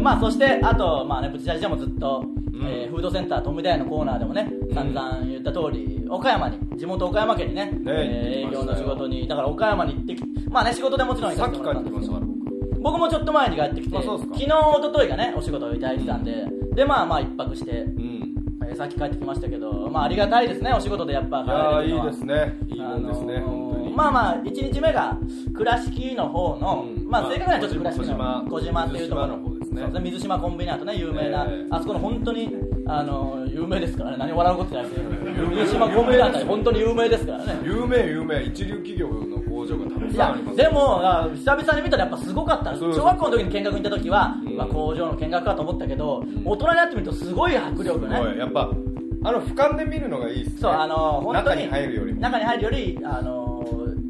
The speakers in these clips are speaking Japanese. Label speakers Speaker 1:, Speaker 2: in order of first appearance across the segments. Speaker 1: まあそしてあとまあねブチラジでもずっと、えーフードセンター富田屋のコーナーでもね散々言った通り岡山に地元岡山県にねえー営
Speaker 2: 行ってきました
Speaker 1: 業
Speaker 2: よ
Speaker 1: の仕事にだから岡山に行ってきまあね仕事でもちろん行
Speaker 2: さ
Speaker 1: かせ
Speaker 2: っき
Speaker 1: ても
Speaker 2: 帰
Speaker 1: ら
Speaker 2: って
Speaker 1: んで
Speaker 2: きますし
Speaker 1: けど
Speaker 2: たから
Speaker 1: 僕もちょっと前に帰ってきて
Speaker 2: あそうです
Speaker 1: 昨
Speaker 2: か
Speaker 1: 日一昨日がねお仕事をいただいてたんででまあまあ一泊して
Speaker 2: 僕うん
Speaker 1: えーさっき帰ってきましたけど、まあ、ありがたいですね、お仕事でやっぱ
Speaker 2: いや
Speaker 1: 入れるのは
Speaker 2: ーい
Speaker 1: い
Speaker 2: ですねいいもんですね、
Speaker 1: あのー
Speaker 2: 本当に
Speaker 1: まあまあ、1日目が倉敷の方の、
Speaker 2: うん
Speaker 1: まあ、正確にはちょっと倉敷の
Speaker 2: まあ
Speaker 1: 小
Speaker 2: 小
Speaker 1: 島
Speaker 2: 島
Speaker 1: っていうところ
Speaker 2: 水島の方ですね
Speaker 1: そうですね水島コンビニアートね、有名な、
Speaker 2: ええ
Speaker 1: あそこの本当に、あのー有名ですからね、何も笑うことないですよ、水島コンビニアートは本当に有名ですからね。
Speaker 2: 有名有名一流企業の工場がたく
Speaker 1: い
Speaker 2: さん
Speaker 1: や
Speaker 2: あります
Speaker 1: でもあ久々に見たらやっぱすごかった
Speaker 2: そうそう
Speaker 1: 小学校の時に見学に行った時は、
Speaker 2: うん
Speaker 1: まあ、工場の見学かと思ったけど、
Speaker 2: ん
Speaker 1: 大人になってみるとすごい迫力ね
Speaker 2: すごいやっぱあの俯瞰で見るのがいいですね
Speaker 1: そう、あの本当に
Speaker 2: 中に入るよりも
Speaker 1: 中に入るよりあの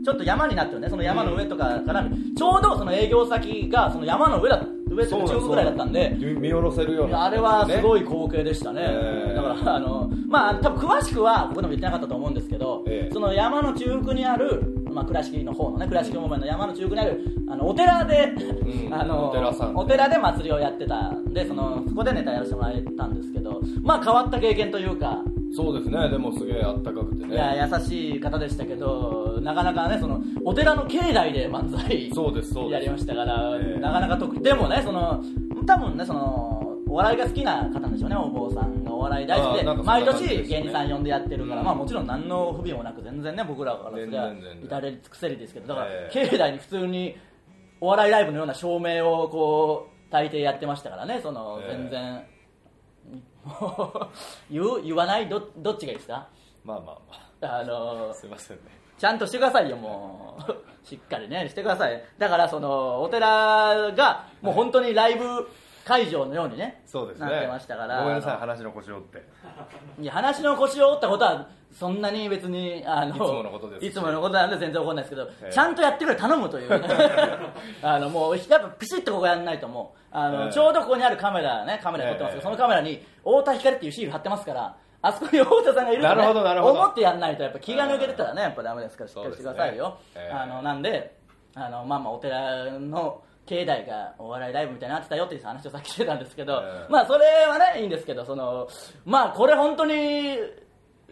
Speaker 1: ちょっと山になってるね、その山の上とかから、ちょうどその営業先がその山の上だ上っていうか中央ぐらいだったんで、
Speaker 2: 見下ろせるような
Speaker 1: あれはすご
Speaker 2: い
Speaker 1: い光景でしたね、
Speaker 2: ええ
Speaker 1: だから、あのまあ多分詳しくは僕でも言ってなかったと思うんですけど、
Speaker 2: ええ
Speaker 1: その山の中腹にある、まあ、倉敷の方のね、倉敷方面の山の中腹にあるあのお寺で、
Speaker 2: ん
Speaker 1: あの
Speaker 2: お寺さん
Speaker 1: お寺で祭りをやってたんでその、そこでネタやらせてもらえたんですけど、まあ変わった経験というか。
Speaker 2: そうですねでもすげえあったかくてね
Speaker 1: いや優しい方でしたけど、なかなかね、そのお寺の境内で漫才
Speaker 2: そうですそうで
Speaker 1: や
Speaker 2: す
Speaker 1: りましたから、
Speaker 2: ええ
Speaker 1: なかなか得意、でもね、その多分ね、そのお笑いが好きな方なんでしょうね、お坊さんがお笑い大好きで、
Speaker 2: あなんかそんな
Speaker 1: 毎
Speaker 2: 感じです
Speaker 1: 年
Speaker 2: ね
Speaker 1: 芸人さん呼んでやってるから、
Speaker 2: うん
Speaker 1: まあ、もちろん何の不備もなく、全然ね、僕らからすりゃ
Speaker 2: 全然全然
Speaker 1: 至れり尽くせりですけど、だから、
Speaker 2: ええ
Speaker 1: 境内に普通にお笑いライブのような照明をこう、大抵やってましたからね、その
Speaker 2: ええ
Speaker 1: 全然、 もう言う、言わない、どどっちがいいですか
Speaker 2: まあまあま
Speaker 1: あの
Speaker 2: あすいませんね
Speaker 1: ちゃんとしてくださいよ、もう。 しっかりね、してください。だから、その、お寺が、もう本当にライブ会場のようにね、
Speaker 2: そうですね
Speaker 1: なってましたから。
Speaker 2: ごめんなさい
Speaker 1: あ
Speaker 2: 話の腰折って
Speaker 1: のいや、話の腰を折ったことは、そんなに別に、あの、
Speaker 2: いつものことですし
Speaker 1: いつものことなんで全然怒んないですけど、
Speaker 2: ええ
Speaker 1: ちゃんとやってくれ、頼むと いう。あの、もう、やっぱピシッとここやんないともう、あの、
Speaker 2: ええ
Speaker 1: ちょうどここにあるカメラね、カメラ撮ってますけど、
Speaker 2: ええ
Speaker 1: そのカメラに、太田光っていうシール貼ってますから、あそこに太田さんがいるとね
Speaker 2: なるほどなるほど
Speaker 1: 思ってやんないと、やっぱ気が抜けてたらね、やっぱダメですから、しっかりしてくださいよ。
Speaker 2: そうですねええ
Speaker 1: あの、なんで、あの、まあまあ、お寺の境内がお笑いライブみたいになってたよっていう話をさっきしてたんですけど、
Speaker 2: ええ
Speaker 1: まあ、それはね、いいんですけど、その、まあ、これ本当に、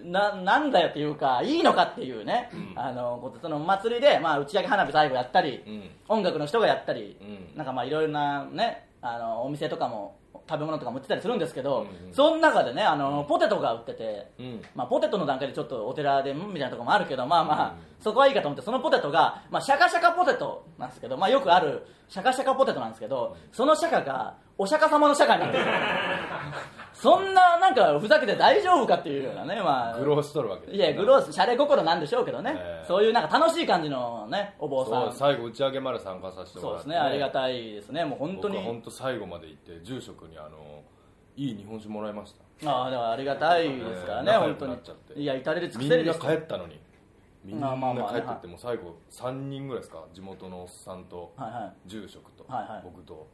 Speaker 1: ななんだよっていうかいいのかっていうね、あのことその祭りで、まあ、打ち上げ花火最後やったり、
Speaker 2: うん
Speaker 1: 音楽の人がやったり、
Speaker 2: うん
Speaker 1: なんかまあいろいろなねあのお店とかも食べ物とかも売ってたりするんですけど、
Speaker 2: うんうん
Speaker 1: その中でねあのポテトが売ってて、
Speaker 2: うん
Speaker 1: まあ、ポテトの段階でちょっとお寺でんみたいなところもあるけどまあまあ、
Speaker 2: うん
Speaker 1: そこはいいかと思ってそのポテトが、まあ、シャカシャカポテトなんですけど、まあ、よくあるシャカシャカポテトなんですけどそのシャカがお釈迦様のシャカになってるそんななんかふざけて大丈夫かっていうようなねまあ
Speaker 2: グローしとるわけです
Speaker 1: いやグロースシャレ心なんでしょうけどね、
Speaker 2: ええ
Speaker 1: そういうなんか楽しい感じのねお坊さ
Speaker 2: そ
Speaker 1: ん
Speaker 2: う最後打ち上げまで参加させても
Speaker 1: そう
Speaker 2: ら
Speaker 1: で
Speaker 2: っ
Speaker 1: す
Speaker 2: て
Speaker 1: ね、ありがたいですね、もう本当
Speaker 2: 僕
Speaker 1: に
Speaker 2: は。本当最後まで行って住職にあのいい日本酒もらいました
Speaker 1: ああ、でもありがたいですからね、
Speaker 2: ええ
Speaker 1: 本
Speaker 2: 仲良くなっちゃっ
Speaker 1: 当
Speaker 2: て
Speaker 1: に。いや、至れり尽
Speaker 2: み
Speaker 1: く
Speaker 2: ん
Speaker 1: せりで
Speaker 2: な
Speaker 1: し
Speaker 2: 帰
Speaker 1: た。
Speaker 2: ったのにみん
Speaker 1: まあ
Speaker 2: な
Speaker 1: まあまあ
Speaker 2: 帰ってってもう最後3人ぐらいですか地元のおっさんと
Speaker 1: はいは
Speaker 2: 住職と
Speaker 1: はいはい
Speaker 2: 僕と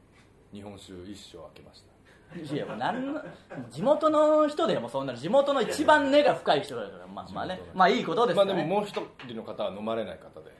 Speaker 2: 日本酒一生開けました
Speaker 1: いや、もうなんの、もう地元の人でもうそんなの地元の一番根が深い人だから、まあまあね
Speaker 2: 地元、の
Speaker 1: まあいいことです
Speaker 2: ま
Speaker 1: か
Speaker 2: あで
Speaker 1: ら
Speaker 2: も
Speaker 1: ね。
Speaker 2: もう一人の方は飲まれない方で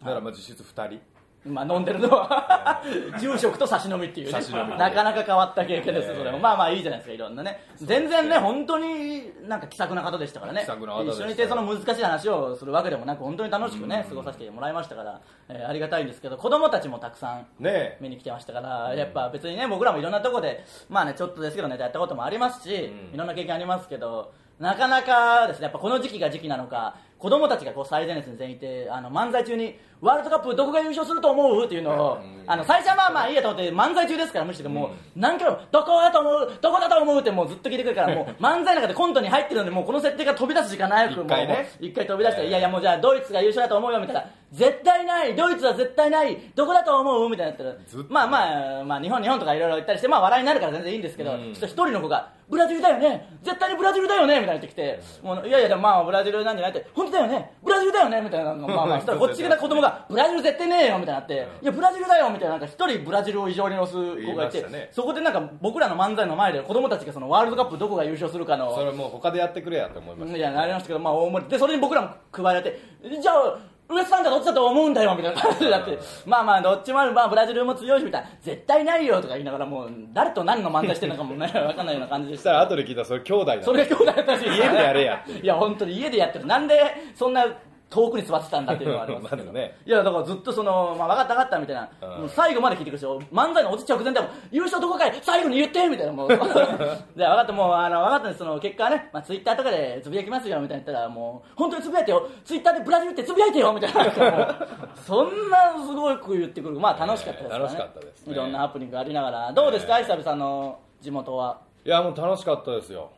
Speaker 2: だからまあ実質2人
Speaker 1: まあ飲んでるの は、住職と差し飲みっていうね
Speaker 2: 差し飲み、
Speaker 1: なかなか変わった経験ですよ、
Speaker 2: ええ
Speaker 1: それも。まあまあいいじゃないですか、いろんなね。全然ね、本当になんか気さくな方でしたからね。
Speaker 2: 気さくな方でした
Speaker 1: 一緒にいて、その難しい話をするわけでもなく、本当に楽しくね、過ごさせてもらいましたから、えーありがたいんですけど、子供たちもたくさん
Speaker 2: ねえ
Speaker 1: 見に来てましたから、やっぱ別にね、僕らもいろんなとこで、まあね、ちょっとですけどね、やったこともありますし、
Speaker 2: うん
Speaker 1: いろんな経験ありますけど、なかなかですね、やっぱこの時期が時期なのか、子供たちがこう最前列に全員いて、あの漫才中に、ワールドカップどこが優勝すると思うっていうのを、
Speaker 2: ん
Speaker 1: あの最初はまあまあいいやと思って、漫才中ですから、むしろもう、何回も、どこだと思う、どこだと思うってもうずっと聞いてくるから、もう 漫才の中でコントに入ってるので、もうこの設定が飛び出す時間なく、もう
Speaker 2: 一回ね
Speaker 1: もう一回飛び出して、
Speaker 2: ええ
Speaker 1: いやいや、もうじゃあドイツが優勝だと思うよみたいな、絶対ない、ドイツは絶対ない、どこだと思うみたいになったら
Speaker 2: ずっと、
Speaker 1: まあまあまあ、まあ、日本、日本とかいろいろ言ったりして、まあ、笑いになるから全然いいんですけど、
Speaker 2: うん
Speaker 1: そしたら一人の子が、ブラジルだよね、絶対にブラジルだよねみたいな言ってきて、もういやいや、でもまあ、ブラジルなんじゃないって、本当だよね、ブラジルだよねみたいなの、まあま あ、そしたらこっちから子供が、ブラジル絶対ねえよみたいになって、いや、ブラジルだよみたいな、なんか一人ブラジルを異常に押す子がい、
Speaker 2: 言いましてたね
Speaker 1: そこでなんか僕らの漫才の前で、子供たちがそのワールドカップどこが優勝するかの
Speaker 2: それもう他でやってくれやって思いました
Speaker 1: いや、なりましたけど、まあ、大盛り。で、それに僕らも加えられて、じゃあ、ウエストランドはどっちだと思うんだよみたいな感じ でだってまあまあどっちもある、まあ、ブラジルも強いしみたいな絶対ないよとか言いながらもう誰と何の漫才してるのかもね 分かんないような感じでし
Speaker 2: したら
Speaker 1: た
Speaker 2: 後で聞いたらそれ兄弟だ
Speaker 1: それが兄弟だったらしい
Speaker 2: 家でやれやって
Speaker 1: いや本当に家でやってるなんでそんな遠くに座ってたんだっていうのはありますけど、
Speaker 2: まだね
Speaker 1: いやだからずっとその、まあ、分かった分かったみたいな、
Speaker 2: うん
Speaker 1: もう最後まで聞いてくるし漫才の落ち直前でも優勝どこかい最後に言ってみたいなもう で分かったもうあの分かったんですその結果はね、まあ、ツイッターとかでつぶやきますよみたいな言ったらもう本当につぶやいてよツイッターでブラジルってつぶやいてよみたいななんかもうそんなすごく言ってくるまあ楽しかったですらね、
Speaker 2: 楽しかったですね
Speaker 1: いろんなハプニングがありながらどうですか、久々の地元はい
Speaker 2: やもう楽しかったですよ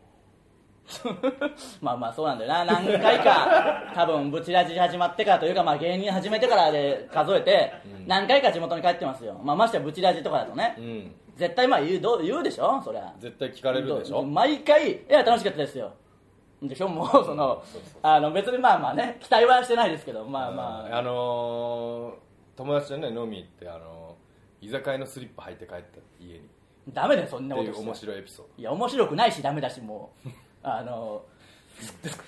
Speaker 1: まあまあそうなんだよな何回か多分ブチラジ始まってからというかまあ芸人始めてからで数えて何回か地元に帰ってますよ、まあ、ましてやブチラジとかだとね、
Speaker 2: うん
Speaker 1: 絶対まあ言うどう言うでしょそりゃ
Speaker 2: 絶対聞かれるでしょ
Speaker 1: 毎回いや楽しかったですよで今日もそのあの別にまあまあね期待はしてないですけどまあま
Speaker 2: うん
Speaker 1: あ
Speaker 2: あのー友達とね飲み行ってあのー居酒屋のスリッパ履いて帰った家に
Speaker 1: ダメだよそんな
Speaker 2: っ
Speaker 1: こ
Speaker 2: て
Speaker 1: と
Speaker 2: い
Speaker 1: し
Speaker 2: う
Speaker 1: たら
Speaker 2: 面白いエピソー
Speaker 1: いや面白くないしダメだしもうあの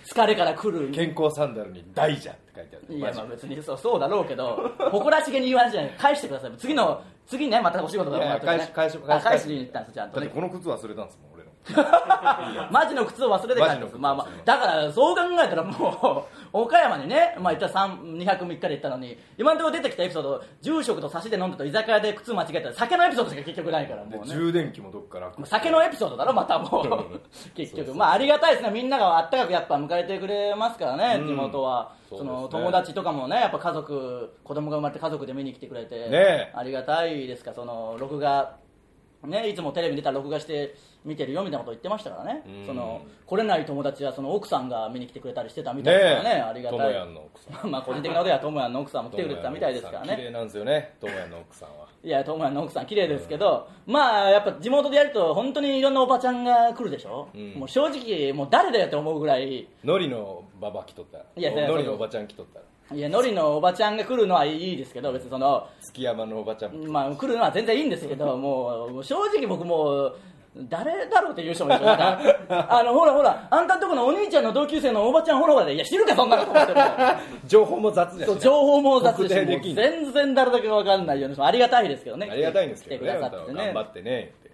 Speaker 1: つ疲れから来る
Speaker 2: ド健康サンダルに「大じゃん」って書いてある
Speaker 1: いや
Speaker 2: マジ
Speaker 1: まあ
Speaker 2: で
Speaker 1: 別にそうそうだろうけど 誇らしげに言わんじゃない返してください次の次ねまたお仕事だ
Speaker 2: いやいや
Speaker 1: もらったらね
Speaker 2: 返し返し
Speaker 1: あ返
Speaker 2: 返し
Speaker 1: しに行ったんですちゃんと
Speaker 2: だって
Speaker 1: ね
Speaker 2: この靴忘れたんですもん俺の
Speaker 1: マジの靴を忘れて帰ったん
Speaker 2: マジ
Speaker 1: で
Speaker 2: の
Speaker 1: す
Speaker 2: 靴
Speaker 1: まあまあだからそう考えたらもう 岡山にねまあ行ったら3 2泊3日で行ったのに今のところ出てきたエピソード住職と差しで飲んでと居酒屋で靴間違えたら酒のエピソードしか結局ないから
Speaker 2: で
Speaker 1: もうね
Speaker 2: 充電器もどっか楽
Speaker 1: もう酒のエピソードだろまたも
Speaker 2: うん
Speaker 1: う結局まあありがたいですねみんながあったかくやっぱ迎えてくれますからね地元は
Speaker 2: そう
Speaker 1: そ
Speaker 2: ですね
Speaker 1: の友達とかもねやっぱ家族子供が生まれて家族で見に来てくれて
Speaker 2: ねえ
Speaker 1: ありがたいですからその録画ね、いつもテレビ出たら録画して見てるよみたいなこと言ってましたからね、
Speaker 2: うん
Speaker 1: その来れない友達はその奥さんが見に来てくれたりしてたみたいですからね、ありがたい
Speaker 2: ともやんの奥さ ん
Speaker 1: まあ個人的なことではともやんの奥さんも来てくれてたみたいですからね
Speaker 2: 綺麗なんですよねともやんの奥さんはい
Speaker 1: や、友也の奥さん綺麗ですけど、まあ、やっぱ地元でやると、本当にいろんなおばちゃんが来るでしょ、
Speaker 2: うん
Speaker 1: もう正直、もう誰だよって思うぐらい、
Speaker 2: ノリのババ来とったら
Speaker 1: いやそうそう
Speaker 2: ノリのおばちゃん来とったら
Speaker 1: いや、のりのおばちゃんが来るのはいいですけど、別にその、
Speaker 2: 月山のおばちゃんも
Speaker 1: まあ、来るのは全然いいんですけ ど、もう、もう正直僕もう、誰だろうって言う人もいるでしょなんかあの、ほらほら、あんたんとこのお兄ちゃんの同級生のおばちゃんほらほらで、いや、知るか、そんなのと思って も。
Speaker 2: 情報も雑じゃ
Speaker 1: そ
Speaker 2: ん
Speaker 1: う情報も雑でし
Speaker 2: 特定できん
Speaker 1: 全然誰だか分かんないようなありがたいですけどね
Speaker 2: ありがたいんですけど
Speaker 1: 来
Speaker 2: ね
Speaker 1: てくだ
Speaker 2: あ
Speaker 1: さ
Speaker 2: んた
Speaker 1: っ
Speaker 2: は
Speaker 1: てね
Speaker 2: 頑張ってねっ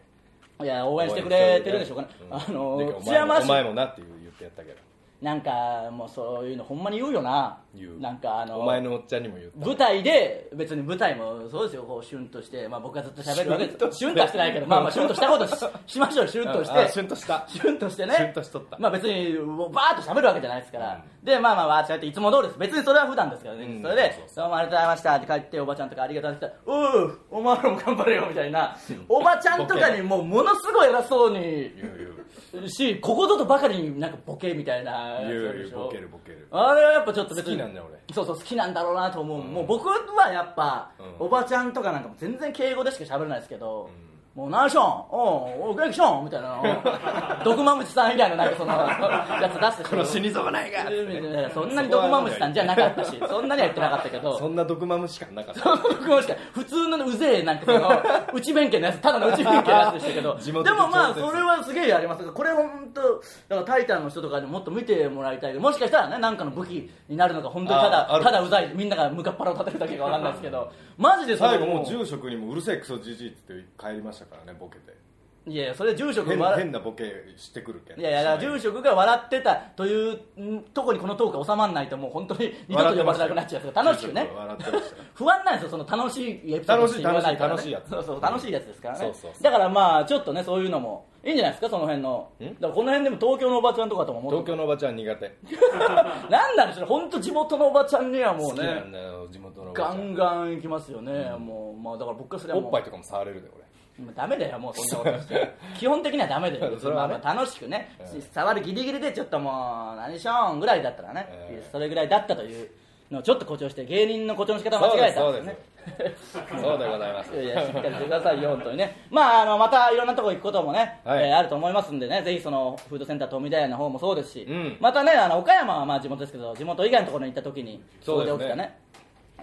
Speaker 2: て
Speaker 1: いや応援してくれてるんでしょうかね、
Speaker 2: うん
Speaker 1: あの
Speaker 2: で
Speaker 1: ー
Speaker 2: お
Speaker 1: 津
Speaker 2: 前も
Speaker 1: 山
Speaker 2: お
Speaker 1: 市
Speaker 2: 前もなって言う言ってやったけど
Speaker 1: なんかもうそういうのほんまに言うよな
Speaker 2: 言う
Speaker 1: なんかあの
Speaker 2: お前のおっちゃんにも言った
Speaker 1: 舞台で別に舞台もそうですよこうシュンとして、まあ、僕はずっと喋るわけ
Speaker 2: シュ
Speaker 1: で
Speaker 2: ンと
Speaker 1: す
Speaker 2: し
Speaker 1: シュン
Speaker 2: て
Speaker 1: とはしてないけどまあまあシュンとしたことししましょうシュンとして
Speaker 2: ああシュンとした
Speaker 1: シュンとしてね
Speaker 2: シュンとしとった
Speaker 1: まあ別にバーッと喋るわけじゃないですから、でまあまあわーってやっていつも通りです別にそれは普段ですからね、
Speaker 2: うん
Speaker 1: それで
Speaker 2: そう
Speaker 1: 「どうもありがとうございました」って帰っておばちゃんとかありがとうって言ったら「おうお前らも頑張れよ」みたいなおばちゃんとかにもうものすごい偉そうに
Speaker 2: 言う言う
Speaker 1: しここぞとばかりになんかボケみたいな
Speaker 2: 言う
Speaker 1: やつで
Speaker 2: 言
Speaker 1: し
Speaker 2: う
Speaker 1: ょ
Speaker 2: ボケるボケる
Speaker 1: あれはやっぱちょっと
Speaker 2: 好きなんだよ俺
Speaker 1: そうそう好きなんだろうなと思う、もう僕はやっぱ、
Speaker 2: うん
Speaker 1: おばちゃんとかなんかも全然敬語でしか喋れないですけど、もうナイスションおうお元気ションみたいな毒まむちさん以外のなんかそのやつ出すでしょ
Speaker 2: この死に損ないが
Speaker 1: そんなに毒まむちさんじゃなかったしそんなには言ってなかったけど
Speaker 2: そんな毒まむしかなかっ
Speaker 1: そ
Speaker 2: た
Speaker 1: の僕もしか普通のうぜえなんかその内弁慶のやつただの内弁慶のやつでしたけど
Speaker 2: 地
Speaker 1: でも
Speaker 2: 元で
Speaker 1: まあ
Speaker 2: 挑戦
Speaker 1: それはすげえありますこれ本当だからタイタンの人とかにもっと見てもらいたいけどもしかしたらねなんかの武器になるのか本当にた
Speaker 2: ああ
Speaker 1: だ
Speaker 2: る
Speaker 1: ただうざいみんながムカッパラを叩くだけかわかんないですけどマジでそれ
Speaker 2: 最後もう住職にもうるせえクソじじいって言って帰りましたからねボケて
Speaker 1: いやいやそれ住職
Speaker 2: 変
Speaker 1: 笑
Speaker 2: 変なボケしてくるけん
Speaker 1: いやいやだから住職が笑ってたというんとこにこのトークが収まらないともう本当に二度と呼ばれなくなっちゃうから楽しくね
Speaker 2: 住職は笑ってましたよ
Speaker 1: 不安なんですよ、その楽しいエピソードって言わなからね
Speaker 2: 楽しい楽しい楽しいやつ
Speaker 1: そうそう楽しいやつですからね、
Speaker 2: そうそうそう
Speaker 1: だからまあ、ちょっとね、そういうのもいいんじゃないですか、その辺の、
Speaker 2: ん
Speaker 1: だからこの辺でも東京のおばちゃんとかとも思っ
Speaker 2: 東
Speaker 1: て、
Speaker 2: 京のおばちゃん苦手
Speaker 1: なんなんでしょうね、本当、地元のおばちゃんにはも
Speaker 2: 好
Speaker 1: う
Speaker 2: きなん
Speaker 1: ね、
Speaker 2: だよ地元のおばちゃ
Speaker 1: ガ
Speaker 2: ん
Speaker 1: ンガンいきますよね、もう、まあ、だから僕はそれは
Speaker 2: お
Speaker 1: もう、
Speaker 2: っぱいとかも触れるで
Speaker 1: もうダメだよ、もうそんな ことして、基本的にはダメだよ、
Speaker 2: それはね
Speaker 1: まあまあ楽しくね、触るギリギリで、ちょっともう、何しょんぐらいだったらね、
Speaker 2: ええ
Speaker 1: それぐらいだったというのをちょっと誇張して、芸人の誇張の仕方を間違えたんですよね。
Speaker 2: 俺そうでございます
Speaker 1: いやいや、しっかりしてくださいよ、本当にね。まあ、あの、またいろんなとこ行くこともね、
Speaker 2: はい
Speaker 1: えーあると思いますんでね、ぜひその、フードセンター富田屋の方もそうですし、
Speaker 2: うん
Speaker 1: またね、あの、岡山はまあ地元ですけど、地元以外のところに行った時に、
Speaker 2: そうですね
Speaker 1: 起きたね、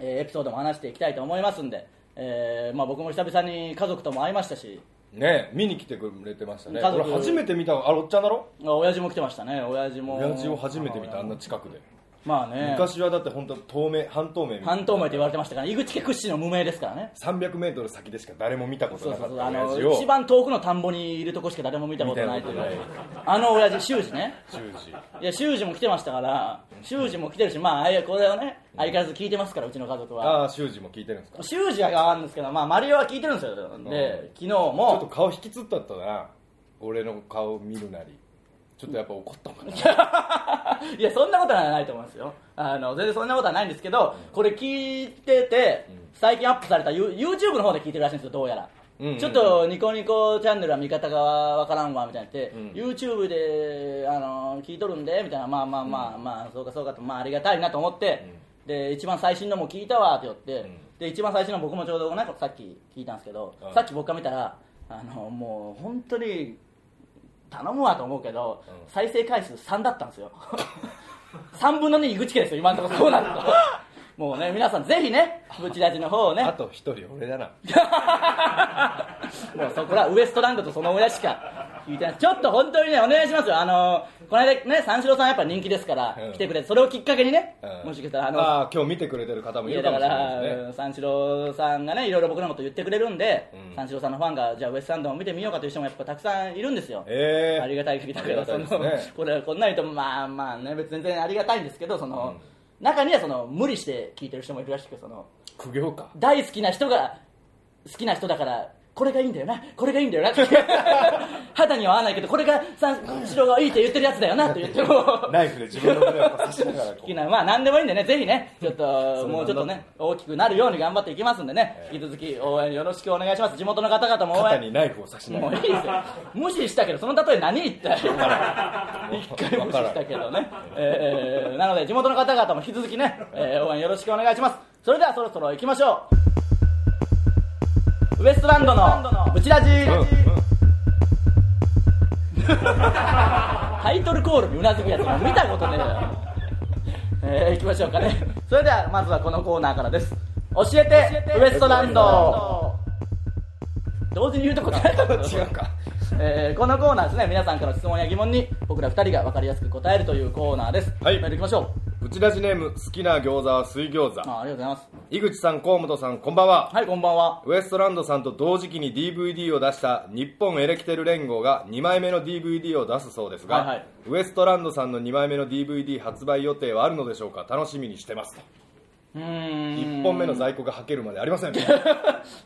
Speaker 1: えーエピソードも話していきたいと思いますんで、えーまあ僕も久々に家族とも会いましたし、
Speaker 2: ね見に来てくれてましたね
Speaker 1: 家族
Speaker 2: 俺初めて見たあれおっちゃんだろ
Speaker 1: あ親父も来てましたね、親父も。
Speaker 2: 親父を初めて見たあんな近くで
Speaker 1: まあね
Speaker 2: 昔はだって本当透明半透明みたい
Speaker 1: 半
Speaker 2: な
Speaker 1: 透明と言われてましたから井口家屈指の無名ですからね
Speaker 2: 300m 先でしか誰も見たこと
Speaker 1: そう
Speaker 2: な
Speaker 1: そ
Speaker 2: か
Speaker 1: う
Speaker 2: っ
Speaker 1: そう
Speaker 2: た
Speaker 1: あ
Speaker 2: 親
Speaker 1: の
Speaker 2: 父を
Speaker 1: 一番遠くの田んぼにいるとこしか誰も見たことないという
Speaker 2: 見たこと
Speaker 1: あの親父修二ね
Speaker 2: 10時
Speaker 1: いや修二も来てましたから修二も来てるしまあああいうこれをね相変わらず聞いてますからうちの家族は
Speaker 2: ああ修二も聞いてるんですかち
Speaker 1: 修二はあるんですけどまあマリオは聞いてるんですよで昨日も
Speaker 2: ょっと顔引きつったったな俺の顔見るなりちょっとやっぱ怒ったのかない
Speaker 1: やそんなことはないと思いますよあの全然そんなことはないんですけど、これ聞いてて最近アップされた You- YouTube の方で聞いてるらしいんですよどうやら、
Speaker 2: うんうん
Speaker 1: ちょっとニコニコチャンネルは見方がわからんわみたいになって、
Speaker 2: ん
Speaker 1: YouTube であの聞いとるんでみたいなまあまあまあ、まあそうかそうかとまあありがたいなと思って、で一番最新のも聞いたわって言って、
Speaker 2: ん
Speaker 1: で一番最新の僕もちょうどなんかさっき聞いたんですけど、
Speaker 2: うん
Speaker 1: さっき僕が見たらあのもう本当に頼むわと思うけど、
Speaker 2: うん
Speaker 1: 再生回数3だったんですよ 3分の2井口家ですよ今のところそうなるともうね皆さんぜひねブチラジの方をね
Speaker 2: あと一人俺だな
Speaker 1: もうそこらウエストランドとその親しか聞いてないちょっと本当にねお願いしますよあのこの間ね三四郎さんやっぱ人気ですから、
Speaker 2: うん
Speaker 1: 来てくれてそれをきっかけにね、
Speaker 2: うん
Speaker 1: もしかしたらあの
Speaker 2: ああ今日見てくれてる方も
Speaker 1: い
Speaker 2: い
Speaker 1: や
Speaker 2: るか
Speaker 1: だか
Speaker 2: もしれないです
Speaker 1: ら
Speaker 2: ね
Speaker 1: 三四郎さんがねいろいろ僕のこと言ってくれるんで、
Speaker 2: うん
Speaker 1: 三四郎さんのファンがじゃあウエストランドを見てみようかという人もやっぱたくさんいるんですよ、
Speaker 2: え
Speaker 1: あり
Speaker 2: え
Speaker 1: がたい限りだけ
Speaker 2: あ
Speaker 1: ど、
Speaker 2: りがた
Speaker 1: そ
Speaker 2: いですね
Speaker 1: のこれこんなにとまあまあね別に全然ありがたいんですけどその、中にはその無理して聞いてる人もいるらしくその
Speaker 2: 苦行か
Speaker 1: 大好きな人が好きな人だからこれがいいんだよなこれがいいんだよなって 肌には合わないけどこれが三四郎がいいって言ってるやつだよなって言っても
Speaker 2: ナイフで自分の胸を刺しながらこ
Speaker 1: 好
Speaker 2: う
Speaker 1: きなまあ何でもいいんでねぜひねちょっと
Speaker 2: それ
Speaker 1: もうちょっとね
Speaker 2: なんだ
Speaker 1: 大きくなるように頑張っていきますんでね
Speaker 2: ええ
Speaker 1: 引き続き応援よろしくお願いします地元の方々も応
Speaker 2: 肩
Speaker 1: 援
Speaker 2: にナイフを刺しな
Speaker 1: も
Speaker 2: が
Speaker 1: うい
Speaker 2: ら
Speaker 1: いですよ無視したけどその例え何言ったよ一回無視したけどね、えーなので地元の方々も引き続きね、えー応援よろしくお願いしますそれではそろそろ行きましょうウエストランドのブチラジ、
Speaker 2: うんうん
Speaker 1: タイトルコールにうなずくやつも見たことねえよえー、行きましょうかねそれではまずはこのコーナーからです教えてウエストランド同時に言うとこないと思う
Speaker 2: 違うか
Speaker 1: えーこのコーナーですね皆さんからの質問や疑問に僕ら2人が分かりやすく答えるというコーナーです
Speaker 2: はい
Speaker 1: メールいきましょう
Speaker 2: ブチラジネーム好きな餃子は水餃子
Speaker 1: あありがとうございま
Speaker 2: 井口さん河本さんこんばんは
Speaker 1: すはいこんばんは
Speaker 2: ウエストランドさんと同時期に DVD を出した日本エレキテル連合が2枚目の DVD を出すそうですが、
Speaker 1: はいはい
Speaker 2: ウエストランドさんの2枚目の DVD 発売予定はあるのでしょうか楽しみにしてますと
Speaker 1: うーん
Speaker 2: 1 本目の在庫がはけるまでありませんね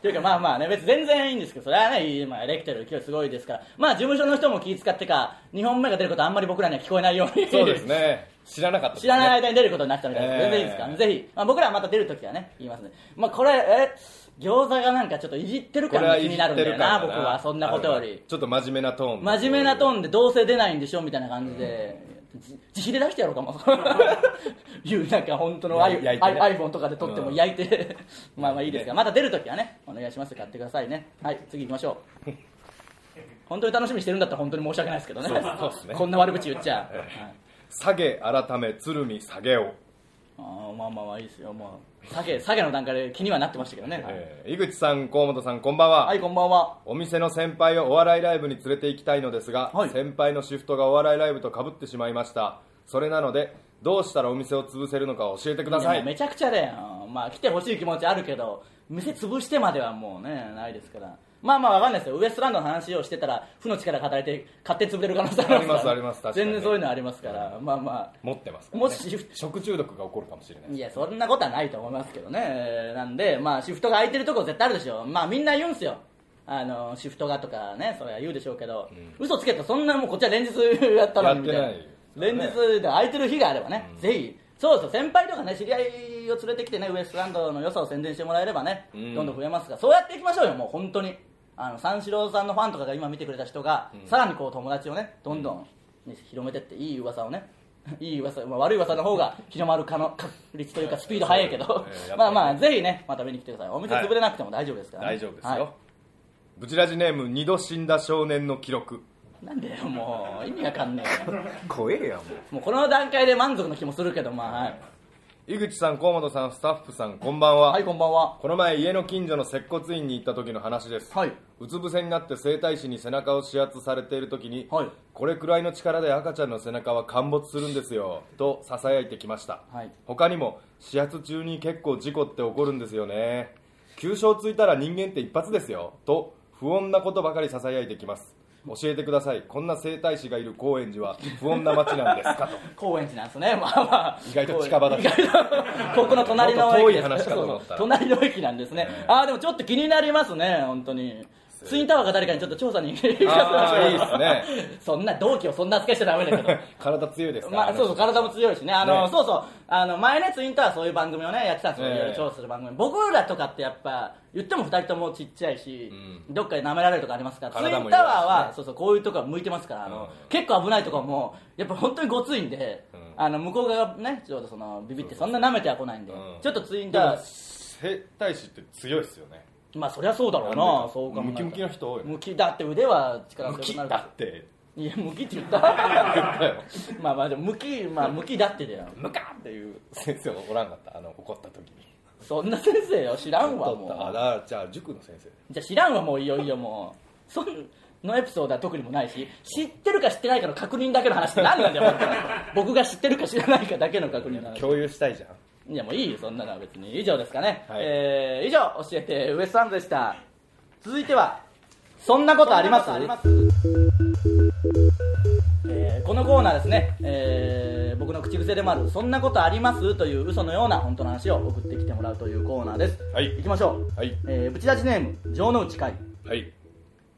Speaker 1: というかまあまあね別に全然いいんですけどそれはね今エレキテル勢いすごいですからまあ事務所の人も気遣ってか2本目が出ることあんまり僕らには聞こえないように
Speaker 2: そうですね知らなかったです
Speaker 1: 知
Speaker 2: ね
Speaker 1: らない間に出ることになったみたいな、
Speaker 2: えー
Speaker 1: 全然いいですから、ぜひ、まあ、僕らはまた出るときはね、言いますね、まあ、これ、え餃子がなんかちょっといじってる
Speaker 2: こ
Speaker 1: 感
Speaker 2: れ
Speaker 1: が
Speaker 2: は
Speaker 1: 気
Speaker 2: いじ
Speaker 1: になる
Speaker 2: っ
Speaker 1: ん
Speaker 2: て
Speaker 1: だよ
Speaker 2: る
Speaker 1: な、
Speaker 2: か
Speaker 1: 僕は、そんなことより、
Speaker 2: ちょっと真面目なトーン
Speaker 1: 真面目なトー
Speaker 2: ン
Speaker 1: ンで、どうせ出ないんでしょみたいな感じで、じ自費で出してやろうか も、いう、なんか本当のアイ、
Speaker 2: や焼いてね
Speaker 1: iPhone とかで撮っても
Speaker 2: うん
Speaker 1: 焼いて、まあまあいいですが、また出るときはね、お願いします、買ってくださいね、はい、次行きましょう。 本当に楽しみにしてるんだったら本当に申し訳ないですけどね
Speaker 2: そうっすね
Speaker 1: こんな悪口言っちゃ、はい
Speaker 2: 下げ改め鶴見下げを、
Speaker 1: ああまあまあまあいいですよもう下げ下げの段階で気にはなってましたけどね、
Speaker 2: えー井口さん河本さんこんばんは、
Speaker 1: はいこんばんは
Speaker 2: お店の先輩をお笑いライブに連れて行きたいのですが、
Speaker 1: はい
Speaker 2: 先輩のシフトがお笑いライブとかぶってしまいましたそれなのでどうしたらお店を潰せるのか教えてくださ
Speaker 1: いや
Speaker 2: い
Speaker 1: もうめちゃくちゃだよまあ来てほしい気持ちあるけど店潰してまではもうねないですからまあまあわかんないですよウエストランドの話をしてたら負の力が働いて勝手に潰れる可能性ありますから
Speaker 2: ありますあります確かに
Speaker 1: 全然そういうのありますからまあまあ
Speaker 2: 持ってますから、ね、
Speaker 1: もしシフト
Speaker 2: 食中毒が起こるかもしれない
Speaker 1: いやそんなことはないと思いますけどねえーなんでまあシフトが空いてるとこ絶対あるでしょまあみんな言うんすよあのシフトがとかねそれは言うでしょうけど、嘘つけとそんなもうこっちは連日やったのにみたいな
Speaker 2: やってない
Speaker 1: 連
Speaker 2: です
Speaker 1: 日で空いてる日があればね、ぜひそうそう先輩とかね知り合いを連れてきてねウエストランドの良さを宣伝してもらえればね、
Speaker 2: ん
Speaker 1: どんどん増えますからそうやっていきましょうよもう本当にあの三四郎さんのファンとかが今見てくれた人が、さらにこう友達をねどんどん広めてっていい噂をね いい噂、まあ、悪い噂の方が広まる可能確率というかスピード速いけど、
Speaker 2: ええやっぱりね
Speaker 1: まあまあぜひねまた見に来てくださいお店潰れなくても大丈夫ですから、ね
Speaker 2: 大丈夫ですよ、
Speaker 1: はい
Speaker 2: ブチラジネーム二度死んだ少年の記録
Speaker 1: なんでよもう意味わかんねえよ
Speaker 2: 怖えやもう
Speaker 1: もうこの段階で満足の気もするけどまあ、はい
Speaker 2: 井口さん河本さんスタッフさんこんばんは、
Speaker 1: はいこんばんは
Speaker 2: この前家の近所の接骨院に行った時の話です、
Speaker 1: はいう
Speaker 2: つ伏せになって整体師に背中を指圧されている時に、
Speaker 1: はい
Speaker 2: これくらいの力で赤ちゃんの背中は陥没するんですよと囁いてきました、
Speaker 1: はい
Speaker 2: 他にも指圧中に結構事故って起こるんですよね急所をついたら人間って一発ですよと不穏なことばかり囁いてきます教えてくださいこんな整体師がいる高円寺は不穏な街なんです かと
Speaker 1: 高円寺なんですね まあまあ
Speaker 2: 意外と近場だ
Speaker 1: 意外 とここの隣の駅です
Speaker 2: もっと遠い話かと思った
Speaker 1: そう隣の駅なんですね、ああでもちょっと気になりますね本当にツインタワーか誰かにちょっと調査に行かせても
Speaker 2: あ
Speaker 1: ら
Speaker 2: ー
Speaker 1: い
Speaker 2: いい
Speaker 1: ま
Speaker 2: ですすね
Speaker 1: そんな同期をそんな扱いしちゃダメだけど
Speaker 2: 体強いですから、
Speaker 1: まあ、そうそう体も強いしねあの
Speaker 2: ね
Speaker 1: そうそうあの前ねツインタワーそういう番組をねやってたんですよ、
Speaker 2: ええ
Speaker 1: いろいろ調査する番組僕らとかってやっぱ言っても2人ともちっちゃいし、どっかで舐められるとかありますからツインタ
Speaker 2: 体
Speaker 1: ワー
Speaker 2: も
Speaker 1: は
Speaker 2: 弱いしね、
Speaker 1: そうそうこういうとこは向いてますからあの、
Speaker 2: う
Speaker 1: 結構危ないとこもやっぱ本当にごついんで、あの向こう側がねちょうどそのビビってそんな舐めてはこないんで、
Speaker 2: うん
Speaker 1: ちょっとツイン
Speaker 2: で
Speaker 1: タワ
Speaker 2: も
Speaker 1: ー
Speaker 2: 整体師って強いですよね
Speaker 1: まあそりゃそうだろうな
Speaker 2: なんで
Speaker 1: そうかも
Speaker 2: ムキムキの人多いよね
Speaker 1: ムキだって腕は力
Speaker 2: 向
Speaker 1: 強
Speaker 2: き
Speaker 1: くなる
Speaker 2: だって
Speaker 1: いやムキって言った まあまあでもムキまあムキだってだよ
Speaker 2: ムカっていう先生おらんかったあの怒った時に
Speaker 1: そんな先生よ知らんわ
Speaker 2: 怒
Speaker 1: も
Speaker 2: ったあ
Speaker 1: う
Speaker 2: だからじゃあ塾の先生
Speaker 1: じゃあ知らんわもういよいよもうそんのエピソードは特にもないし知ってるか知ってないかの確認だけの話って何なんだよ本 当に僕が知ってるか知らないかだけの確認なの
Speaker 2: 共有したいじゃん
Speaker 1: いやもういいよそんなのは別に以上ですかね、
Speaker 2: はい
Speaker 1: えー以上教えてウエストランドでした続いてはそんなことありますえーこのコーナーですね、えー僕の口癖でもある「そんなことあります?」という嘘のような本当の話を送ってきてもらうというコーナーです
Speaker 2: はい
Speaker 1: 行きましょう、
Speaker 2: はい
Speaker 1: えーぶち出しネーム城之内海
Speaker 2: はい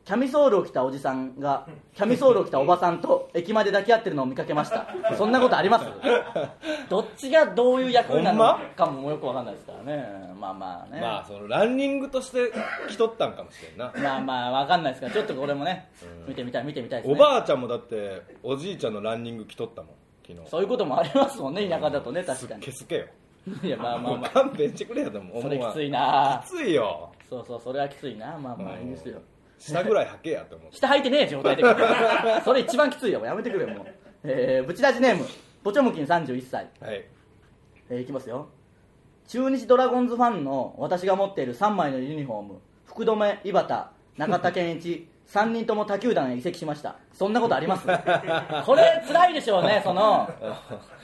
Speaker 1: キャミソールを着たおじさんがキャミソールを着たおばさんと駅まで抱き合ってるのを見かけましたそんなことあり ますどっちがどういう役なのかもよくわかんないですからねまあまあね、
Speaker 2: まあそのランニングとして来とったんかもしれん な
Speaker 1: まあまあわかんないですからちょっとこれもね見てみたい見てみたいですね
Speaker 2: おばあちゃんもだっておじいちゃんのランニング来とったもん昨日
Speaker 1: そういうこともありますもんね田舎だとね確か
Speaker 2: すっけ
Speaker 1: に
Speaker 2: すけよ
Speaker 1: いやまあまあ
Speaker 2: もう
Speaker 1: まあ
Speaker 2: 勘弁してくれよと思う
Speaker 1: それきつい
Speaker 2: き
Speaker 1: な
Speaker 2: ついよ
Speaker 1: そうそうそれはきついなまあまあいいですよ
Speaker 2: 下ぐらい履けやと思う
Speaker 1: 下履いてねえ状態でそれ一番きついよやめてくれよもう、えー、ブチラジネームポチョムキン31歳
Speaker 2: はい
Speaker 1: えーいきますよ中日ドラゴンズファンの私が持っている3枚のユニフォーム福留、井端、中田健一3 人とも他球団へ移籍しましたそんなことあり ますこれ辛いでしょうねその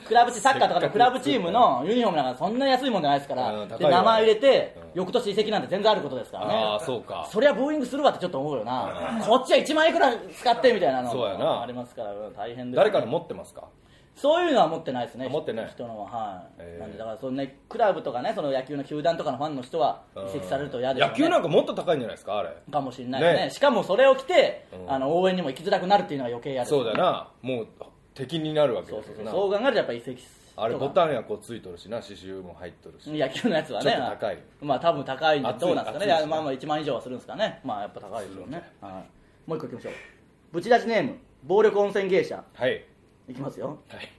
Speaker 1: クラブチサッカーとかのクラブチームのユニフォームなんかそんな安いもんじゃないですか
Speaker 2: う
Speaker 1: ら
Speaker 2: ん
Speaker 1: で
Speaker 2: 高いよね
Speaker 1: 名前入れて
Speaker 2: うん
Speaker 1: 翌年移籍なんて全然あることですからね
Speaker 2: ああそうか
Speaker 1: そりゃブーイングするわってちょっと思うよなこっちは1万いくら使ってみたいなの
Speaker 2: そうやな
Speaker 1: ありますからうん大変ですね
Speaker 2: 誰かの持ってますか
Speaker 1: そういうのは持ってないですね
Speaker 2: あ持ってない
Speaker 1: 人のははい、
Speaker 2: へー
Speaker 1: なんでだからそのねクラブとかねその野球の球団とかのファンの人は移籍されると嫌ですよね
Speaker 2: 野球なんかもっと高いんじゃないですかあれ
Speaker 1: かもしれないですね
Speaker 2: ね
Speaker 1: しかもそれを着て、
Speaker 2: うん
Speaker 1: あの応援にも行きづらくなるっていうのは余計嫌です
Speaker 2: そう
Speaker 1: よね
Speaker 2: だなもう敵になるわけ
Speaker 1: そう
Speaker 2: で
Speaker 1: そ
Speaker 2: す
Speaker 1: う
Speaker 2: よ
Speaker 1: そう
Speaker 2: な
Speaker 1: そう考えるとやっぱ移籍
Speaker 2: あれボ
Speaker 1: ン
Speaker 2: タンやこうついとるしな刺繍も入っとるし
Speaker 1: 野球のやつはね
Speaker 2: ちょっと高い
Speaker 1: まあ多分高いんでどうなんですかね
Speaker 2: 熱い熱いしね
Speaker 1: いやまあまあ1万以上はするんですかねまあやっぱ高いですよね、はい、もう一個いきましょうぶち出しネーム暴力温泉芸者
Speaker 2: はい
Speaker 1: いきますよ
Speaker 2: はい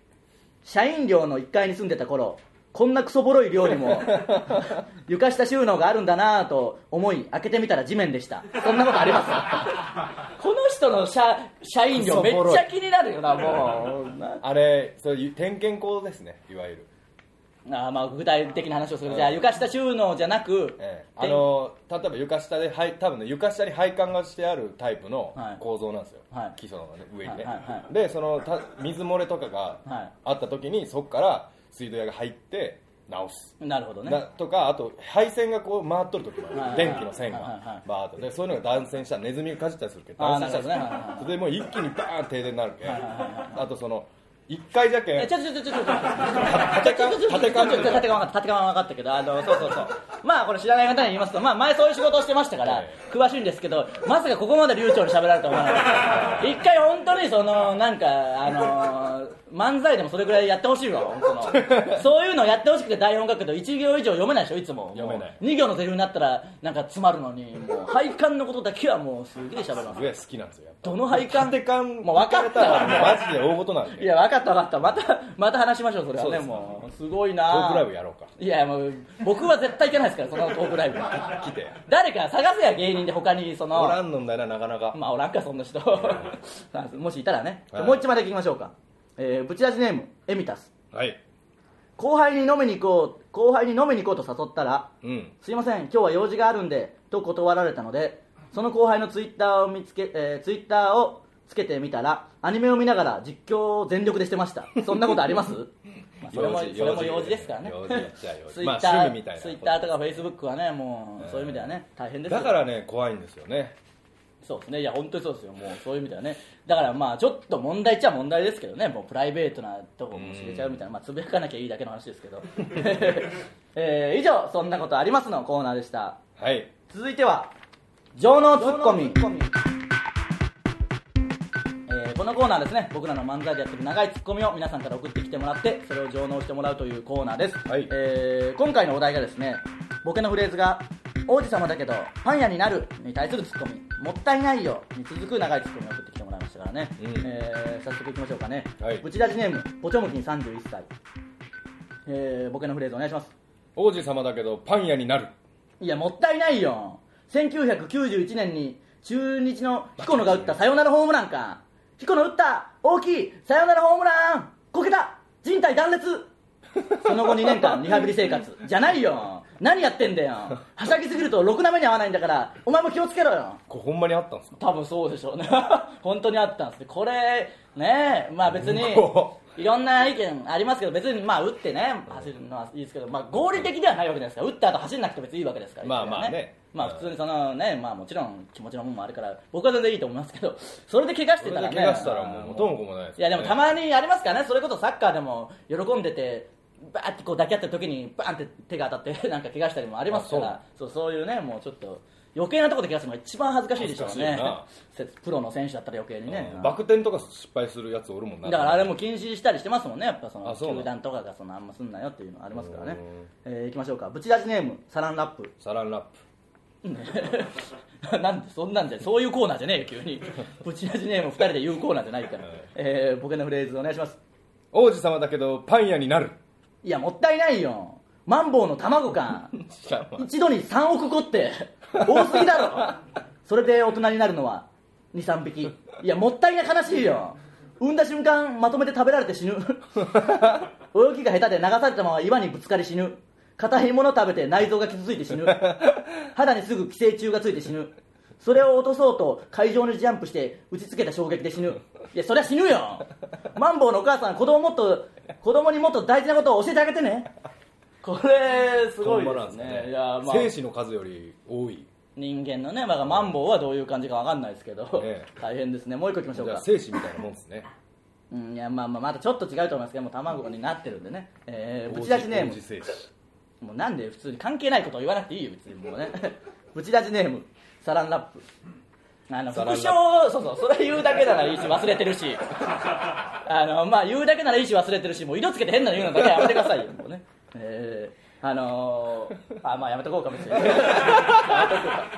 Speaker 1: 社員寮の1階に住んでた頃こんなクソボロい寮に も床下収納があるんだなぁと思い開けてみたら地面でしたそんなことあります この人の社社員寮めっちゃ気になるよ なもうな
Speaker 2: あれそういう点検口ですねいわゆる、
Speaker 1: あーまあ具体的な話をするとじゃあ床下収納じゃなく、
Speaker 2: ええあの例えば床下ではい多分ね床下に配管がしてあるタイプの
Speaker 1: はい
Speaker 2: 構造なんですよ、
Speaker 1: はい
Speaker 2: 基礎の、ね、上にね、
Speaker 1: はいはいは
Speaker 2: でそのた水漏れとかが
Speaker 1: はい
Speaker 2: あった時にそこから水道屋が入って直す、
Speaker 1: なるほどね
Speaker 2: なとかあと配線がこう回っとる時も
Speaker 1: はいはい
Speaker 2: あ
Speaker 1: はい
Speaker 2: る電気の線が
Speaker 1: はいはいはい
Speaker 2: バーッとでそういうのが断線したらネズミがかじったりするけど
Speaker 1: あー
Speaker 2: 断線したりする
Speaker 1: なるほどねはいはい
Speaker 2: それでもう一気にバーン停電になるけん
Speaker 1: はいはいは
Speaker 2: あとその1回じゃけ
Speaker 1: え
Speaker 2: ん
Speaker 1: ちょちょちょちょちょちょ
Speaker 2: てか
Speaker 1: 縦感縦感分かった縦感分かったけどあのそうそうそうまあこれ知らない方に言いますとまあ前そういう仕事をしてましたから
Speaker 2: え
Speaker 1: 詳しいんですけどまさかここまで流暢に喋られるとは思わなかった一回本当にそのなんかあの漫才でもそれぐらいやってほしいわ本当のそういうのやってほしくて台本書くけど1行以上読めないでしょいつも
Speaker 2: 読めない
Speaker 1: 2行のセリフになったらなんか詰まるのにもう配管のことだけはもうすげえ喋ります
Speaker 2: すごい好きなんですよやっぱ
Speaker 1: どの配管
Speaker 2: 縦感
Speaker 1: もう分かったわ
Speaker 2: マジで大事なん
Speaker 1: い
Speaker 2: で
Speaker 1: や、分かった分かった。また、また話しましょう、それは
Speaker 2: そう
Speaker 1: ね、
Speaker 2: ですね
Speaker 1: もう。すごい
Speaker 2: ト
Speaker 1: な
Speaker 2: ークライブやろうか
Speaker 1: いや、もう、僕は絶対行けないですから、そのトークライブ。
Speaker 2: 来て
Speaker 1: 誰か探せや、芸人で他に、その。
Speaker 2: おらんのんだよななかなか
Speaker 1: まあ、おらんか、そんな人。 もしいたらね。
Speaker 2: はい
Speaker 1: もう一枚だけ聞きましょうか。えー、ぶち出しネーム、エミタス。
Speaker 2: はい
Speaker 1: 後輩に飲みに行こう後輩に飲みに行こうと誘ったら
Speaker 2: うん
Speaker 1: すいません今日は用事があるんでと断られたのでその後輩のツイッターを見つけ、えーツイッターをつけてみたらアニメを見ながら実況を全力でしてましたそんなことあり ます、まあそれもそれも用事ですからね
Speaker 2: 用事やっちゃう用事
Speaker 1: ツイッタ
Speaker 2: まあ
Speaker 1: ー、
Speaker 2: 趣味みたいな
Speaker 1: ツイッターとかフェイスブックはねもうそういう意味ではね大変ですよ
Speaker 2: だからね怖いんですよね
Speaker 1: そうですねいや本当にそうですよもうそういう意味ではねだからまあちょっと問題っちゃ問題ですけどねもうプライベートなとこも知れちゃうみたいなまあつぶやかなきゃいいだけの話ですけ ど、 えー以上そんなことありますのコーナーでした
Speaker 2: はい
Speaker 1: 続いては情能ツッコミえーこのコーナーはですね僕らの漫才でやってる長いツッコミを皆さんから送ってきてもらってそれを上納してもらうというコーナーです、
Speaker 2: はい
Speaker 1: えー今回のお題がですねボケのフレーズが「王子様だけどパン屋になる」に対するツッコミ「もったいないよ」に続く長いツッコミを送ってきてもらいましたからね、
Speaker 2: うん
Speaker 1: えー早速いきましょうかね、
Speaker 2: はい
Speaker 1: ブチラジネームポチョムキン31歳、えーボケのフレーズお願いします
Speaker 2: 王子様だけどパン屋になる
Speaker 1: いや、もったいないよ。1991年に中日の彦野が打ったサヨナラホームランか。彦野打った大きいサヨナラホームランこけた人体断裂その後2年間リハビリ生活じゃないよ何やってんだよはしゃぎすぎるとろくな目に合わないんだからお前も気をつけろよ
Speaker 2: これほんまにあったんですか
Speaker 1: 多分そうでしょうね 本当にあったんですねこれねまあ別に
Speaker 2: こ
Speaker 1: いろんな意見ありますけど別にまあ打ってね走るのはいいですけど、まあ、合理的ではないわけですから打った後走んなくて別にいいわけですから
Speaker 2: まあまあね
Speaker 1: まあ普通にそのね、まあ、もちろん気持ちのもんもあるから僕は全然いいと思いますけどそれで怪我し
Speaker 2: そ
Speaker 1: て
Speaker 2: れ
Speaker 1: た
Speaker 2: で
Speaker 1: らね
Speaker 2: 怪我したらもう元も子もないです
Speaker 1: い
Speaker 2: よ
Speaker 1: やで
Speaker 2: ね
Speaker 1: もたまにありますからねそれこそサッカーでも喜んでてバーってこう抱き合った時にバーンって手が当たって なんか怪我したりもありますから
Speaker 2: あ
Speaker 1: そうそういうねもうちょっと余計なところで怪我するのが一番恥ずかしいでしょうね
Speaker 2: 恥
Speaker 1: プロの選手だったら余計にね、
Speaker 2: うんバク転とか失敗するやつおるもんな
Speaker 1: だからあれも禁止したりしてますもんねやっぱその
Speaker 2: あそうなの
Speaker 1: 球団とかがそのあんますんなよっていうのありますからね
Speaker 2: うん、
Speaker 1: えー、いきましょうかブチラジネームサランラップ
Speaker 2: サランラップ
Speaker 1: なんで そんなんじゃそういうコーナーじゃねえよ急 にブチラジネーム2人で言うコーナーじゃないから、えー、ボケのフレーズお願いします
Speaker 2: 王子様だけどパン屋になる
Speaker 1: いやもったいないよマンボウの卵か
Speaker 2: 知らんわ
Speaker 1: 一度に3億個って多すぎだろそれで大人になるのは23匹いやもったいな悲しいよ産んだ瞬間まとめて食べられて死ぬ 泳ぎが下手で流されたまま岩にぶつかり死ぬ硬いもの食べて内臓が傷ついて死ぬ肌にすぐ寄生虫がついて死ぬそれを落とそうと会場にジャンプして打ちつけた衝撃で死ぬいやそりゃ死ぬよマンボウのお母さん子供もっと子供にもっと大事なことを教えてあげてねこれすごい
Speaker 2: ほんま
Speaker 1: で
Speaker 2: なん
Speaker 1: す
Speaker 2: す
Speaker 1: ね
Speaker 2: か
Speaker 1: いやまあ
Speaker 2: 精子の数より多い
Speaker 1: 人間のね、まあ、マンボウはどういう感じかわかんないですけど、
Speaker 2: え
Speaker 1: 大変ですねもう一個いきましょう
Speaker 2: じゃあ
Speaker 1: か
Speaker 2: 精子みたいなもんですね
Speaker 1: うんいやまあまあまだちょっと違うと思いますけどもう卵になってるんでね、えー、ぶち出しネー
Speaker 2: 王子
Speaker 1: ム
Speaker 2: 精子
Speaker 1: もうなんで普通に関係ないことを言わなくていいよ別にもうね ぶち出しネームサランラップあの
Speaker 2: サ
Speaker 1: 副
Speaker 2: ランラッ
Speaker 1: 賞
Speaker 2: プ
Speaker 1: そうそうそれ言うだけならいいし忘れてるし あのまあ言うだけならいいし忘れてるしもう色つけて変なの言うのだけはやめてくださいよもうねえー、あのー、あまあやめとこうか別にやめとこ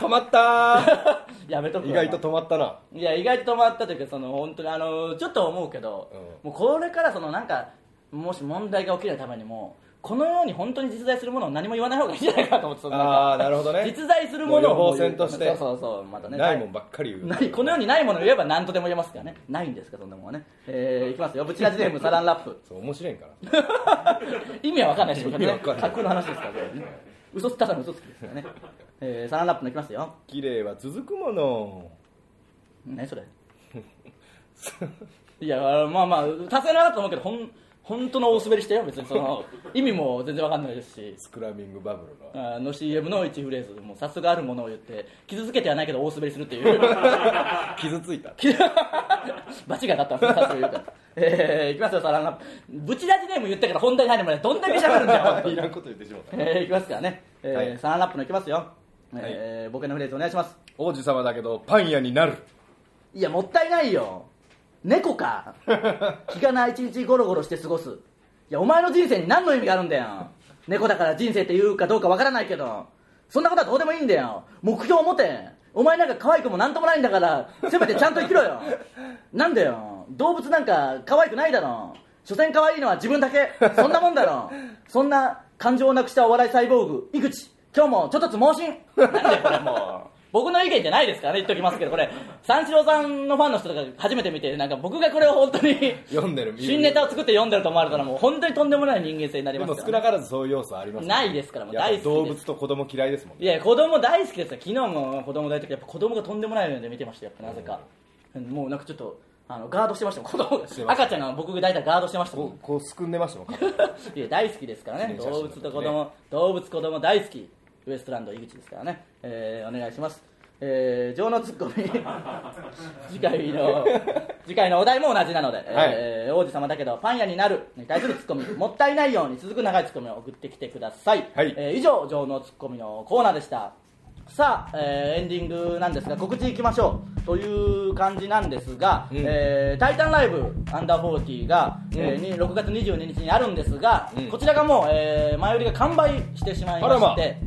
Speaker 2: 止まった
Speaker 1: う やめとこ
Speaker 2: ー
Speaker 1: う
Speaker 2: 意外と止まったない
Speaker 1: や意外と止まったというかその本当にあのちょっと思うけど、
Speaker 2: う
Speaker 1: もうこれからそのなんかもし問題が起きるためにもこの世に本当に実在するものを何も言わない方がいいんじゃないかと思ってそのなんか
Speaker 2: ああなるほどね
Speaker 1: 実在するものを
Speaker 2: もう
Speaker 1: もう
Speaker 2: 予防線として
Speaker 1: そうそうそうまたね
Speaker 2: ないもんばっかり言う
Speaker 1: ないこの世にないものを言えば何とでも言えますからねないんですかそんなもんはねえー、いきますよブチラジネームサランラップ
Speaker 2: そう面白いんかな
Speaker 1: 意味は分かんないでしょうけど
Speaker 2: 意
Speaker 1: ね
Speaker 2: 味わかんない
Speaker 1: 架空の話ですからこれね嘘つっただの嘘つきですからね、えー、サランラップのいきますよ
Speaker 2: 綺麗は続くもの
Speaker 1: 何 それいやまあまあ達成なかったと思うけどほん本当の大滑りしてよ別にその意味も全然わかんないですし
Speaker 2: スクラミングバブルの
Speaker 1: あの CM の一フレーズもう早速あるものを言って傷つけてはないけど大滑りするっていう
Speaker 2: 傷つい た
Speaker 1: バチが当たったんですよ早速言うからえー、いきますよサランラブチラジネーム言ったから本題に入るまでどんだけ喋るんだよ本当
Speaker 2: い
Speaker 1: に
Speaker 2: らんこと言ってしまった
Speaker 1: えー、いきますからね、えー
Speaker 2: はい
Speaker 1: サランラップのいきますよ、えーボケのフレーズお願いします
Speaker 2: 王子様だけどパン屋になる
Speaker 1: いやもったいないよ猫か気がない一日ゴロゴロして過ごすいやお前の人生に何の意味があるんだよ猫だから人生って言うかどうかわからないけどそんなことはどうでもいいんだよ目標を持てお前なんか可愛くもなんともないんだからせめてちゃんと生きろよなんだよ動物なんか可愛くないだろ所詮可愛いのは自分だけそんなもんだろそんな感情をなくしたお笑いサイボーグ井口今日もちょっとつ盲信なんだよこれもう僕の意見じゃないですからね言っときますけどこれ三四郎さんのファンの人とか初めて見てなんか僕がこれを本当に
Speaker 2: 読んでる
Speaker 1: 新ネタを作って読んでると思われたらもう本当にとんでもない人間性になり
Speaker 2: で
Speaker 1: ます
Speaker 2: も
Speaker 1: から
Speaker 2: 少なからずそういう要素あります
Speaker 1: ないですからもう
Speaker 2: やっぱ
Speaker 1: 大好きです
Speaker 2: 動物と子供嫌いですもん
Speaker 1: い
Speaker 2: ね
Speaker 1: や子供大好きですよ昨日も子供大好きやっぱ子供がとんでもないので見てましたよやっぱなぜか、もうなんかちょっとあのガードしてましたもん子供が
Speaker 2: してました
Speaker 1: 赤ちゃんの僕が抱いたらガードしてましたも
Speaker 2: こ
Speaker 1: ん
Speaker 2: うこうすくんでましたもん 肩
Speaker 1: いや大好きですからね
Speaker 2: 記念写真
Speaker 1: 動物と子供、動物子供大好きウエストランド井口ですからね、えー、お願いしますえー、情のツッコミ 次回の次回のお題も同じなので、えー王子様だけどパン屋になるに対するツッ コミもったいないように続く長いツッコミを送ってきてください、
Speaker 2: はい
Speaker 1: えー以上情のツッコミのコーナーでしたさあ、えーエンディングなんですが告知いきましょうという感じなんですが「
Speaker 2: うん
Speaker 1: えータイタンライブアンダー4 0が、えーに6月22日にあるんですが、こちらがもう、えー前売りが完売してしまいまし
Speaker 2: あ
Speaker 1: て、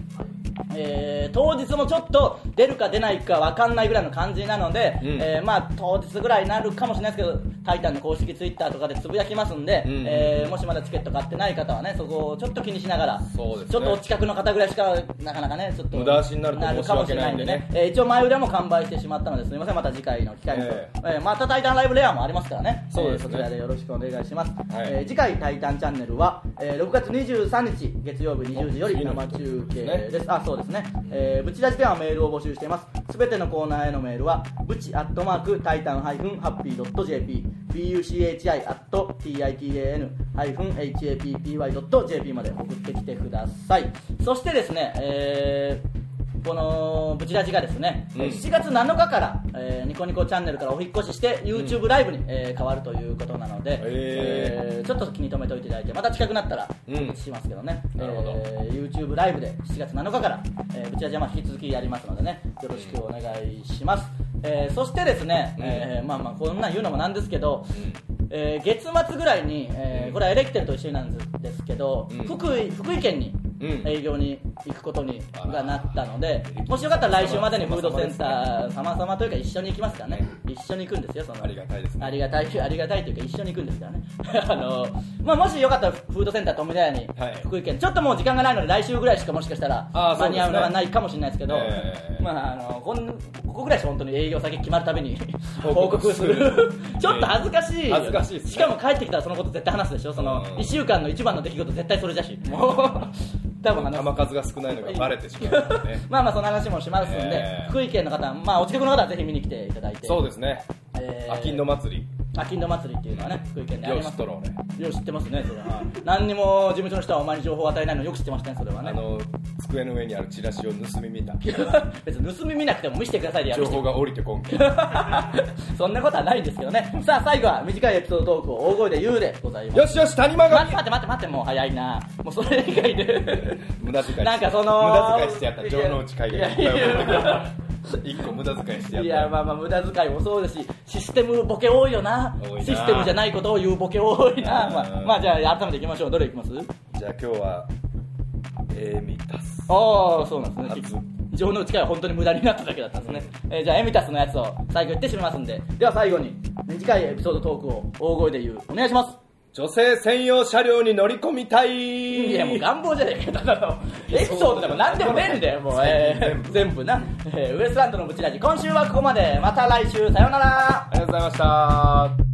Speaker 1: えー当日もちょっと出るか出ないか分かんないぐらいの感じなので、
Speaker 2: うん
Speaker 1: えーまあ、当日ぐらいになるかもしれないですけど「タイタン」の公式ツイッターとかでつぶやきますんで、
Speaker 2: うん
Speaker 1: えーもしまだチケット買ってない方はねそこをちょっと気にしながら、
Speaker 2: そうですね
Speaker 1: ちょっとお近くの方ぐらいしかなかなかねちょっと
Speaker 2: 無駄足になると申し訳ないんでね
Speaker 1: るかもしれないんでえー一応前売りはもう完売してしまったのですみませんまた次回の機会に、
Speaker 2: え
Speaker 1: えーまた「タイタンライブレア」もありますからね
Speaker 2: そうです
Speaker 1: えー
Speaker 2: ね
Speaker 1: そちらでよろしくお願いします、
Speaker 2: はい
Speaker 1: えー次回「タイタンチャンネルは」えー6月23日月曜日20時より
Speaker 2: お次の日
Speaker 1: 生中継ですあそうですね、えー、ブチラジではメールを募集していますすべてのコーナーへのメールはブチアットマークタイタンハイフンハッピードット JP buchi アット titan ハイフン happy ドット JP まで送ってきてくださいそしてですね、えーこのブチラジがですね、
Speaker 2: うん
Speaker 1: 7月7日から、えーニコニコチャンネルからお引っ越しして YouTube ライブに、えー変わるということなので、
Speaker 2: え
Speaker 1: えーちょっと気に留めておいていただいてまた近くなったら
Speaker 2: うん
Speaker 1: しますけどね、
Speaker 2: なるほど
Speaker 1: えー YouTube ライブで7月7日から、えー、ブチラジャマ引き続きやりますのでねよろしくお願いします、えーそしてですね、
Speaker 2: うん
Speaker 1: えーまあまあこんなん言うのもなんですけど、えー月末ぐらいに、えーこれはエレキテルと一緒になんですですけど、
Speaker 2: うん
Speaker 1: 福井福井県に
Speaker 2: うん
Speaker 1: 営業に行くことに
Speaker 2: あら
Speaker 1: がなったのでもしよかったら来週までにフードセンター様々というか一緒に行きますからね一緒に行くんですよその
Speaker 2: ありがたいですね
Speaker 1: ありがたいありがたいというか一緒に行くんですからね あの、まあ、もしよかったらフードセンター富田屋に、
Speaker 2: はい
Speaker 1: 福井県ちょっともう時間がないので来週ぐらいしかもしかしたら
Speaker 2: あーそ
Speaker 1: 間
Speaker 2: うですね
Speaker 1: に合うのはないかもしれないですけど
Speaker 2: ええ
Speaker 1: まああのこんここぐらいしか本当に営業先決まるたびに
Speaker 2: 報
Speaker 1: 報
Speaker 2: 告
Speaker 1: 告
Speaker 2: す
Speaker 1: す
Speaker 2: る
Speaker 1: る ちょっと恥ずかしいよね
Speaker 2: 恥ずかしいですね
Speaker 1: しかも帰ってきたらそのこと絶対話すでしょその
Speaker 2: うん
Speaker 1: 1週間の一番の出来事絶対それじゃしもう多分話す
Speaker 2: 球数が少ないのがバレてしまうんです ね
Speaker 1: まあまあその話もしますんで、
Speaker 2: ええ
Speaker 1: 福井県の方は、まあ、お近くの方はぜひ見に来ていただいて
Speaker 2: そうですね
Speaker 1: えー
Speaker 2: あきんの祭り
Speaker 1: あきんど祭りっていうのはね福井県であり
Speaker 2: 漁
Speaker 1: ま
Speaker 2: 師
Speaker 1: す
Speaker 2: とろうね
Speaker 1: よう知ってますねそれは何にも事務所の人はお前に情報を与えないのよく知ってましたねそれは
Speaker 2: あ
Speaker 1: ね
Speaker 2: の机の上にあるチラシを盗み見た
Speaker 1: 別に盗み見なくても見せてくださいでや
Speaker 2: 情
Speaker 1: る人
Speaker 2: 報が降りてこんけ
Speaker 1: そんなことはないんですけどねさあ最後は短いエピソードトークを大声で言うでございます
Speaker 2: よしよし谷間
Speaker 1: 待っ
Speaker 2: が
Speaker 1: て待って待って待ってもう早いなもうそれ以外で
Speaker 2: 無駄遣いして
Speaker 1: なんかその
Speaker 2: 無駄遣いしてやった城之内海岸にいっぱい送ってくれ
Speaker 1: いやいや
Speaker 2: た一個無駄遣い してやった
Speaker 1: いやまあまあ無駄遣いもそうですしシステムボケ多いよな
Speaker 2: 多いな
Speaker 1: システムじゃないことを言うボケ多いな
Speaker 2: うん
Speaker 1: まあ、まあじゃあ改めていきましょうどれいきます
Speaker 2: じゃあ今日はえーみたす
Speaker 1: ああそうなんですね
Speaker 2: 初
Speaker 1: 情の力は本当に無駄になっただけだったんですね、えーじゃあエミタスのやつを最後言ってしまいますんででは最後に短いエピソードトークを大声で言うお願いします
Speaker 2: 女性専用車両に乗り込みたい
Speaker 1: いやもう願望じゃねえかただのエピソードでも何でもねえんだよもう、えー全部な、えーウエストランドのブチラジ今週はここまでまた来週さようなら
Speaker 2: ありがとうございました